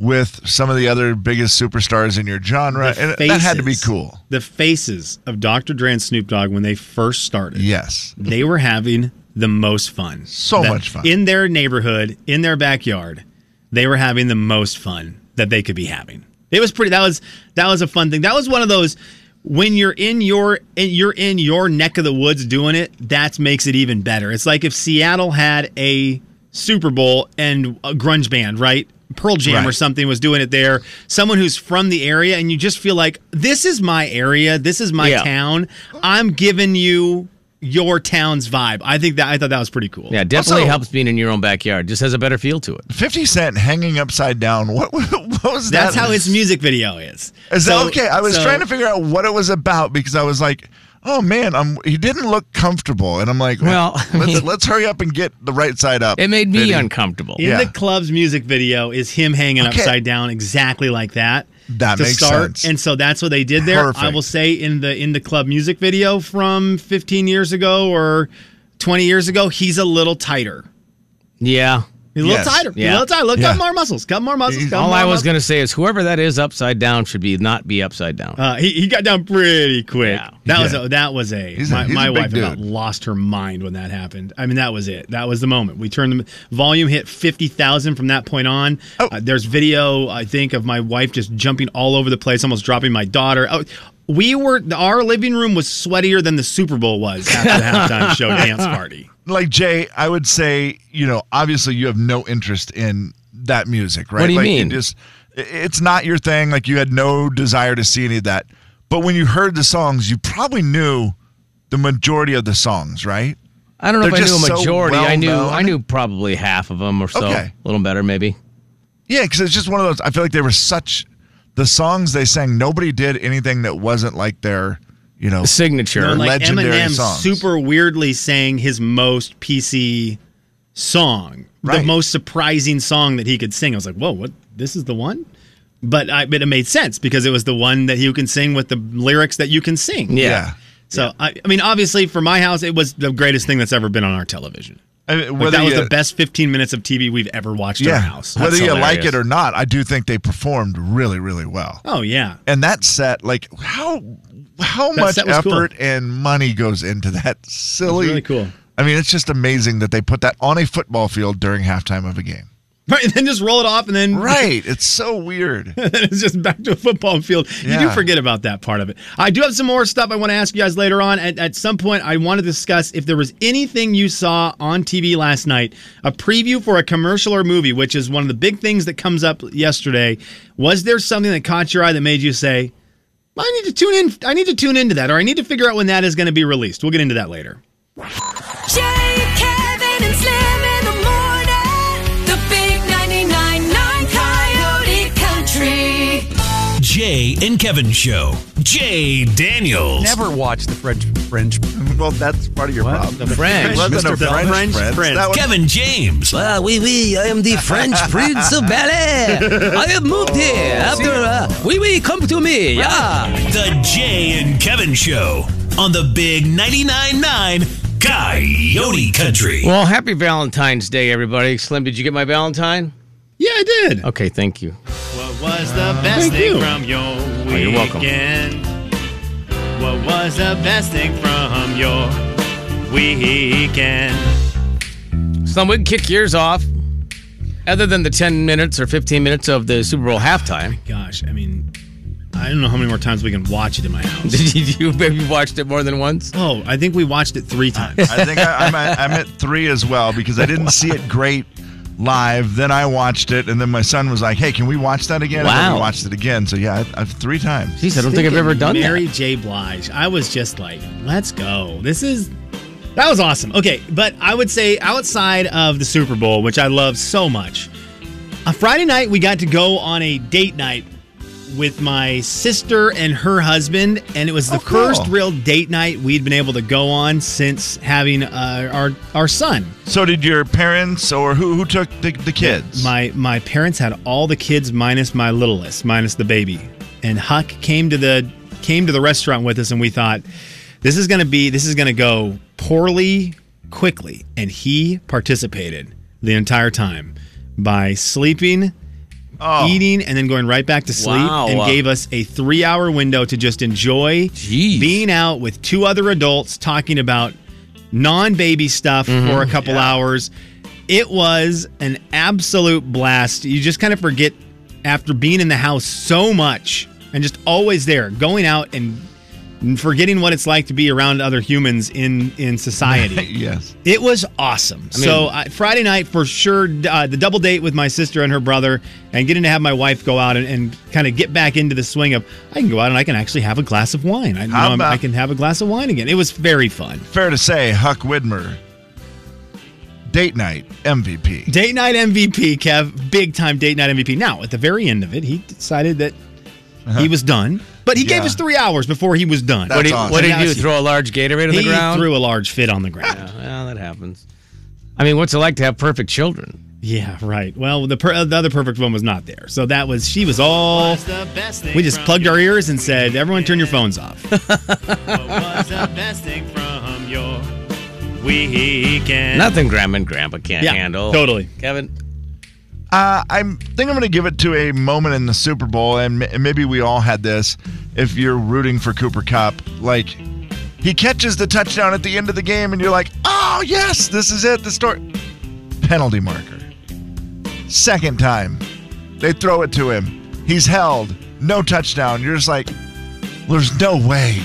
[SPEAKER 2] with some of the other biggest superstars in your genre,
[SPEAKER 7] The
[SPEAKER 2] and that had to be
[SPEAKER 7] faces-
[SPEAKER 2] cool.
[SPEAKER 7] The faces of Dr. Dre and Snoop Dogg when they first started.
[SPEAKER 2] Yes,
[SPEAKER 7] They were having the most fun.
[SPEAKER 2] So
[SPEAKER 7] That-
[SPEAKER 2] much fun.
[SPEAKER 7] In their neighborhood, in their backyard, they were having the most fun that they could be having. It was pretty that was that was a fun thing. That was one of those when you're in your in, you're in your neck of the woods doing it, that makes it even better. It's like if Seattle had a Super Bowl and a grunge band, right? Pearl Jam or
[SPEAKER 2] Right.
[SPEAKER 7] something was doing it there. Someone who's from the area, and you just feel like this is my area, this is my
[SPEAKER 6] Yeah.
[SPEAKER 7] town. I'm giving you your town's vibe. I think that I thought that was pretty cool.
[SPEAKER 6] yeah, definitely
[SPEAKER 2] Also-
[SPEAKER 6] helps being in your own backyard. Just has a better feel to it.
[SPEAKER 2] Fifty Cent hanging upside down. What, [LAUGHS] what was that?
[SPEAKER 7] that's how his music video is.
[SPEAKER 2] Is that
[SPEAKER 7] So-
[SPEAKER 2] okay? I was
[SPEAKER 7] so-
[SPEAKER 2] trying to figure out what it was about because I was like, "Oh man, I'm." He didn't look comfortable, and I'm like,
[SPEAKER 6] Well, [LAUGHS] I
[SPEAKER 2] let's
[SPEAKER 6] mean-
[SPEAKER 2] let's hurry up and get the right side up."
[SPEAKER 6] It made me
[SPEAKER 2] Vinny.
[SPEAKER 6] uncomfortable.
[SPEAKER 7] In
[SPEAKER 2] Yeah.
[SPEAKER 7] the club's music video is him hanging
[SPEAKER 2] Okay.
[SPEAKER 7] upside down exactly like that.
[SPEAKER 2] That
[SPEAKER 7] to
[SPEAKER 2] makes
[SPEAKER 7] start.
[SPEAKER 2] sense.
[SPEAKER 7] And so that's what they did there. I
[SPEAKER 2] Perfect.
[SPEAKER 7] will say in the in the club music video from 15 years ago or 20 years ago, he's a little tighter.
[SPEAKER 6] Yeah.
[SPEAKER 7] He's a little
[SPEAKER 2] Yes.
[SPEAKER 7] tighter. He's
[SPEAKER 6] Yeah.
[SPEAKER 7] a little tighter. Look,
[SPEAKER 2] Yeah.
[SPEAKER 7] got more muscles. Got more muscles.
[SPEAKER 2] He's-
[SPEAKER 7] got
[SPEAKER 6] All
[SPEAKER 7] more
[SPEAKER 6] I was
[SPEAKER 7] muscles.
[SPEAKER 6] going to say is whoever that is upside down should be not be upside down.
[SPEAKER 7] Uh, he, he got down pretty quick.
[SPEAKER 6] Yeah.
[SPEAKER 7] That was
[SPEAKER 2] Yeah.
[SPEAKER 7] a, that was a
[SPEAKER 2] He's a-
[SPEAKER 7] my,
[SPEAKER 2] he's a
[SPEAKER 7] my
[SPEAKER 2] big
[SPEAKER 7] wife about
[SPEAKER 2] dude.
[SPEAKER 7] lost her mind when that happened. I mean that was it. That was the moment. We turned the volume hit 50,000 from that point on.
[SPEAKER 2] Oh.
[SPEAKER 7] Uh, there's video I think of my wife just jumping all over the place almost dropping my daughter. Oh, we were our living room was sweatier than the Super Bowl was after the [LAUGHS] halftime show dance party.
[SPEAKER 2] Like Jay, I would say, you know, obviously you have no interest in that music, right?
[SPEAKER 6] do you
[SPEAKER 2] like,
[SPEAKER 6] mean?
[SPEAKER 2] just i- it's not your thing. Like you had no desire to see any of that. But when you heard the songs, you probably knew the majority of the songs, right?
[SPEAKER 6] I don't know if
[SPEAKER 2] they're
[SPEAKER 6] I knew
[SPEAKER 2] just
[SPEAKER 6] a
[SPEAKER 2] so
[SPEAKER 6] majority. I knew
[SPEAKER 2] well-known.
[SPEAKER 6] I knew probably half of them or so.
[SPEAKER 2] Okay.
[SPEAKER 6] A little better maybe.
[SPEAKER 2] Yeah, because it's just one of those. I feel like they were such the songs they sang. Nobody did anything that wasn't like their, you know,
[SPEAKER 6] Signature.
[SPEAKER 2] No,
[SPEAKER 7] And, like
[SPEAKER 2] legendary
[SPEAKER 7] Eminem
[SPEAKER 2] songs.
[SPEAKER 7] super weirdly sang his most PC song, the
[SPEAKER 2] Right.
[SPEAKER 7] most surprising song that he could sing. I was like, whoa, what? This is the one? But I, but it made sense because it was the one that you can sing with the lyrics that you can sing.
[SPEAKER 6] yeah.
[SPEAKER 2] yeah.
[SPEAKER 7] So I, I mean, obviously, for my house, it was the greatest thing that's ever been on our television.
[SPEAKER 2] I mean,
[SPEAKER 7] Like, that was
[SPEAKER 2] you-
[SPEAKER 7] the best 15 minutes of TV we've ever watched in our house.
[SPEAKER 2] Whether you like
[SPEAKER 6] hilarious.
[SPEAKER 2] it or not, I do think they performed really, really well.
[SPEAKER 7] oh yeah, [LAUGHS]
[SPEAKER 2] And that set, like how how much
[SPEAKER 7] set was cool.
[SPEAKER 2] effort and money goes into that silly.
[SPEAKER 7] really cool.
[SPEAKER 2] I mean, it's just amazing that they put that on a football field during halftime of a
[SPEAKER 7] [LAUGHS]
[SPEAKER 2] game.
[SPEAKER 7] right? Then just roll it off and then
[SPEAKER 2] Right? It's so
[SPEAKER 7] [LAUGHS]
[SPEAKER 2] weird.
[SPEAKER 7] then it's just back to a football field. You do
[SPEAKER 2] Yeah.
[SPEAKER 7] forget about that part of it. I do have some more stuff I want to ask you guys later on. At, at some point, I want to discuss if there was anything you saw on TV last night, a preview for a commercial or movie, which is one of the big things that comes up yesterday. Was there something that caught your eye that made you say, "I need to tune in. I need to tune into that," or "I need to figure out when that is going to be released"? We'll get into that later.
[SPEAKER 8] Jay, Kevin, and Slim in the morning. The big 99.9 Coyote Country.
[SPEAKER 4] Jay and Kevin Show. Jay Daniels.
[SPEAKER 10] Never watch the French French.
[SPEAKER 2] well, that's part of your problem.
[SPEAKER 6] French.
[SPEAKER 2] It wasn't
[SPEAKER 9] Mr.
[SPEAKER 2] a French,
[SPEAKER 9] French
[SPEAKER 2] Prince.
[SPEAKER 9] Prince.
[SPEAKER 2] That was-
[SPEAKER 4] Kevin James.
[SPEAKER 10] Ah, oui, oui, I am the French Prince of Bel Air. I have moved here after. Uh, oui, oui, come to me. Yeah.
[SPEAKER 4] The Jay and Kevin Show. on the big 99.9 9 Coyote Country.
[SPEAKER 6] Well, happy Valentine's Day, everybody. Slim, did you get my Valentine?
[SPEAKER 7] Yeah, I did.
[SPEAKER 6] Okay, thank you.
[SPEAKER 9] What was the best
[SPEAKER 7] thank
[SPEAKER 9] thing
[SPEAKER 7] you. Oh,
[SPEAKER 9] from your weekend?
[SPEAKER 6] you're welcome.
[SPEAKER 9] What was the best thing from your weekend?
[SPEAKER 6] Slim, we can kick yours off. Other than the 10 minutes or 15 minutes of the Super Bowl halftime, [LAUGHS]
[SPEAKER 7] Gosh, I mean, I don't know how many more times we can watch it in my house.
[SPEAKER 9] [LAUGHS]
[SPEAKER 6] did you maybe watched it more than once?
[SPEAKER 7] Oh, I think we watched it three times.
[SPEAKER 2] I think I, I'm, at, I'm at three as well because I didn't see it great live. Then I watched it, and then my son was like, "Hey, can we watch that again?" And then
[SPEAKER 6] Wow.
[SPEAKER 2] we watched it again. So yeah, I, I've three times.
[SPEAKER 6] Jeez, I don't think I've ever done
[SPEAKER 7] Mary J. Blige. I was just like, let's go. This is that was awesome. Okay, but I would say outside of the Super Bowl, which I love so much, a Friday night we got to go on a date night with my sister and her husband, and it was the
[SPEAKER 2] Oh, cool.
[SPEAKER 7] first real date night we'd been able to go on since having uh, our our son.
[SPEAKER 2] So did your parents, or who who took the, the kids?
[SPEAKER 7] My my parents had all the kids minus my littlest, minus the baby. And Huck came to the came to the restaurant with us and we thought this is going to be this is going to go poorly quickly and he participated the entire time by sleeping
[SPEAKER 2] oh,
[SPEAKER 7] eating and then going right back to sleep
[SPEAKER 6] Wow.
[SPEAKER 7] and gave us a three hour window to just enjoy
[SPEAKER 6] Jeez.
[SPEAKER 7] being out with two other adults talking about non baby stuff
[SPEAKER 2] Mm-hmm.
[SPEAKER 7] for a couple hours. It was an absolute blast. You just kind of forget after being in the house so much and just always there, going out and forgetting what it's like to be around other humans in in society.
[SPEAKER 2] yes.
[SPEAKER 7] It was awesome. so I, Friday night for sure, uh, the double date with my sister and her brother, and getting to have my wife go out and, and kind of get back into the swing of I can go out and I can actually have a glass of wine. I, you know,
[SPEAKER 2] How
[SPEAKER 7] I'm-
[SPEAKER 2] about-
[SPEAKER 7] I can have a glass of wine again. It was very fun.
[SPEAKER 2] Fair to say, Huck Widmer, date night MVP.
[SPEAKER 7] Date night MVP, Kev, big time date night MVP. Now at the very end of it, he decided that he was done, but he gave
[SPEAKER 2] Uh-huh. Yeah.
[SPEAKER 7] us three hours before he was
[SPEAKER 6] What
[SPEAKER 7] done.
[SPEAKER 2] That's
[SPEAKER 6] did,
[SPEAKER 2] awesome.
[SPEAKER 6] what did he do?
[SPEAKER 7] Yes.
[SPEAKER 6] Throw a large Gatorade on
[SPEAKER 7] he
[SPEAKER 6] the ground?
[SPEAKER 7] threw a large fit on the ground.
[SPEAKER 6] Well, that happens. I mean, what's it like to have perfect children?
[SPEAKER 7] Yeah, right. Well, the per- the other perfect one was not there, so that was she was all.
[SPEAKER 9] What's the best thing
[SPEAKER 7] We just
[SPEAKER 9] from
[SPEAKER 7] plugged
[SPEAKER 9] your
[SPEAKER 7] our ears and said, "Everyone, turn your phones off."
[SPEAKER 9] What was the best thing from your weekend?
[SPEAKER 6] Nothing Grandma and Grandpa can't
[SPEAKER 7] Yeah,
[SPEAKER 6] handle.
[SPEAKER 7] totally.
[SPEAKER 6] Kevin?
[SPEAKER 2] Uh, I think I'm going to give it to a moment in the Super Bowl, and m- maybe we all had this. If you're rooting for Cooper Cup, like he catches the touchdown at the end of the game, and you're like, "Oh yes, this is it." The story penalty marker. Second time, they throw it to him. He's held, no touchdown. You're just like, "There's no way."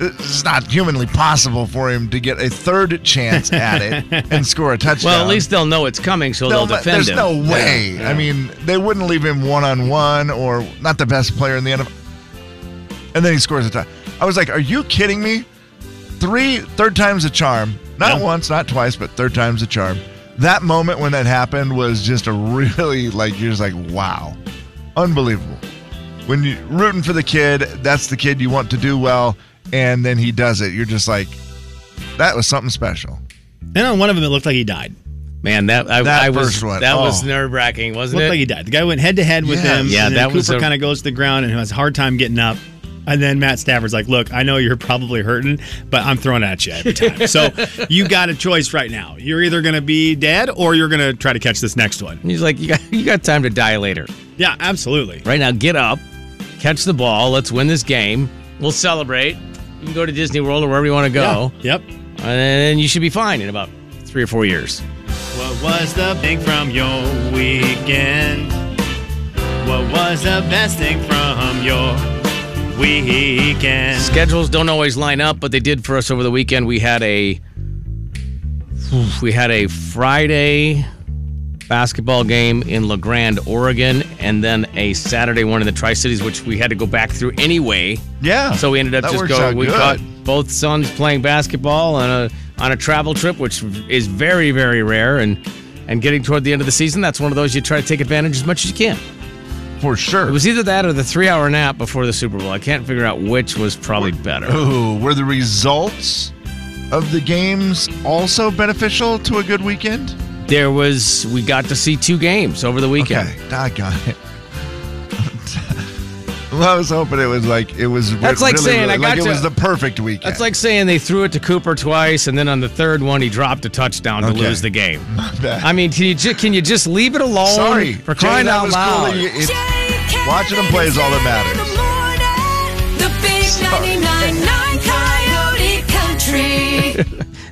[SPEAKER 2] It's not humanly possible for him to get a third chance at
[SPEAKER 6] [LAUGHS]
[SPEAKER 2] it and score a touchdown.
[SPEAKER 6] Well, at least they'll know it's coming, so
[SPEAKER 2] No,
[SPEAKER 6] they'll
[SPEAKER 2] but
[SPEAKER 6] defend
[SPEAKER 2] there's
[SPEAKER 6] him.
[SPEAKER 2] no way. I mean, they wouldn't leave him one on one or not the best player in the NFL. And then he scores a tie. I was like, are you kidding me? Three, third time's a charm. Not once, not twice, but third time's a charm. That moment when that happened was just a really, like, you're just like, wow. Unbelievable. When you're rooting for the kid, that's the kid you want to do well. And then he does it. You're just like, that was something special.
[SPEAKER 7] and on one of them, it looked like he died.
[SPEAKER 6] Man, that I,
[SPEAKER 2] That
[SPEAKER 6] I was
[SPEAKER 2] first one,
[SPEAKER 6] that
[SPEAKER 2] oh.
[SPEAKER 6] was nerve wracking, wasn't
[SPEAKER 7] Looked
[SPEAKER 6] it?
[SPEAKER 7] like he died. The guy went head to head with
[SPEAKER 2] Yeah.
[SPEAKER 7] him.
[SPEAKER 6] Yeah,
[SPEAKER 7] and then
[SPEAKER 6] that was
[SPEAKER 7] Cooper
[SPEAKER 6] a-
[SPEAKER 7] kind of goes to the ground and has a hard time getting up. And then Matt Stafford's like, "Look, I know you're probably hurting, but I'm throwing at you every time.
[SPEAKER 9] [LAUGHS]
[SPEAKER 7] so you got a choice right now. You're either going to be dead or you're going to try to catch this next one."
[SPEAKER 6] And He's like, you got, you got time to die later.
[SPEAKER 7] Yeah, absolutely.
[SPEAKER 6] Right now, get up, catch the ball. Let's win this game. We'll celebrate. You can go to Disney World or wherever you want to go,
[SPEAKER 7] Yeah. Yep.
[SPEAKER 6] and then you should be fine in about three or four years.
[SPEAKER 9] What was the thing from your weekend? What was the best thing from your weekend?
[SPEAKER 6] Schedules don't always line up, but they did for us over the weekend. We had a we had a Friday basketball game in La Grande, Oregon, and then a Saturday one in the Tri Cities, which we had to go back through anyway.
[SPEAKER 2] Yeah.
[SPEAKER 6] So we ended up
[SPEAKER 2] That
[SPEAKER 6] just
[SPEAKER 2] works
[SPEAKER 6] going.
[SPEAKER 2] out
[SPEAKER 6] We
[SPEAKER 2] good.
[SPEAKER 6] caught both sons playing basketball on a on a travel trip, which is very very rare, and and getting toward the end of the season, that's one of those you try to take advantage as much as you can.
[SPEAKER 2] For sure.
[SPEAKER 6] It was either that or the three hour nap before the Super Bowl. I can't figure out which was probably better.
[SPEAKER 2] Ooh, were the results of the games also beneficial to a good weekend?
[SPEAKER 6] There was we got to see two games over the weekend.
[SPEAKER 2] Okay, I got it. [LAUGHS] Well, I was hoping it was like it was.
[SPEAKER 6] That's like
[SPEAKER 2] really,
[SPEAKER 6] saying,
[SPEAKER 2] really-
[SPEAKER 6] "I
[SPEAKER 2] like it
[SPEAKER 6] gotcha."
[SPEAKER 2] was the perfect weekend. [LAUGHS]
[SPEAKER 6] That's like saying they threw it to Cooper twice, and then on the third one, he dropped a touchdown to
[SPEAKER 2] Okay.
[SPEAKER 6] lose the game.
[SPEAKER 2] bad.
[SPEAKER 6] I mean, can you, ju- can you just leave it alone?
[SPEAKER 2] sorry
[SPEAKER 6] For
[SPEAKER 2] Jay,
[SPEAKER 6] crying
[SPEAKER 2] that
[SPEAKER 6] out
[SPEAKER 2] was cool
[SPEAKER 6] loud.
[SPEAKER 2] that you- it-
[SPEAKER 8] Jay, Kevin,
[SPEAKER 2] watching them
[SPEAKER 8] and
[SPEAKER 2] play is all that
[SPEAKER 8] Slim in
[SPEAKER 2] matters.
[SPEAKER 8] the morning. The big 99.9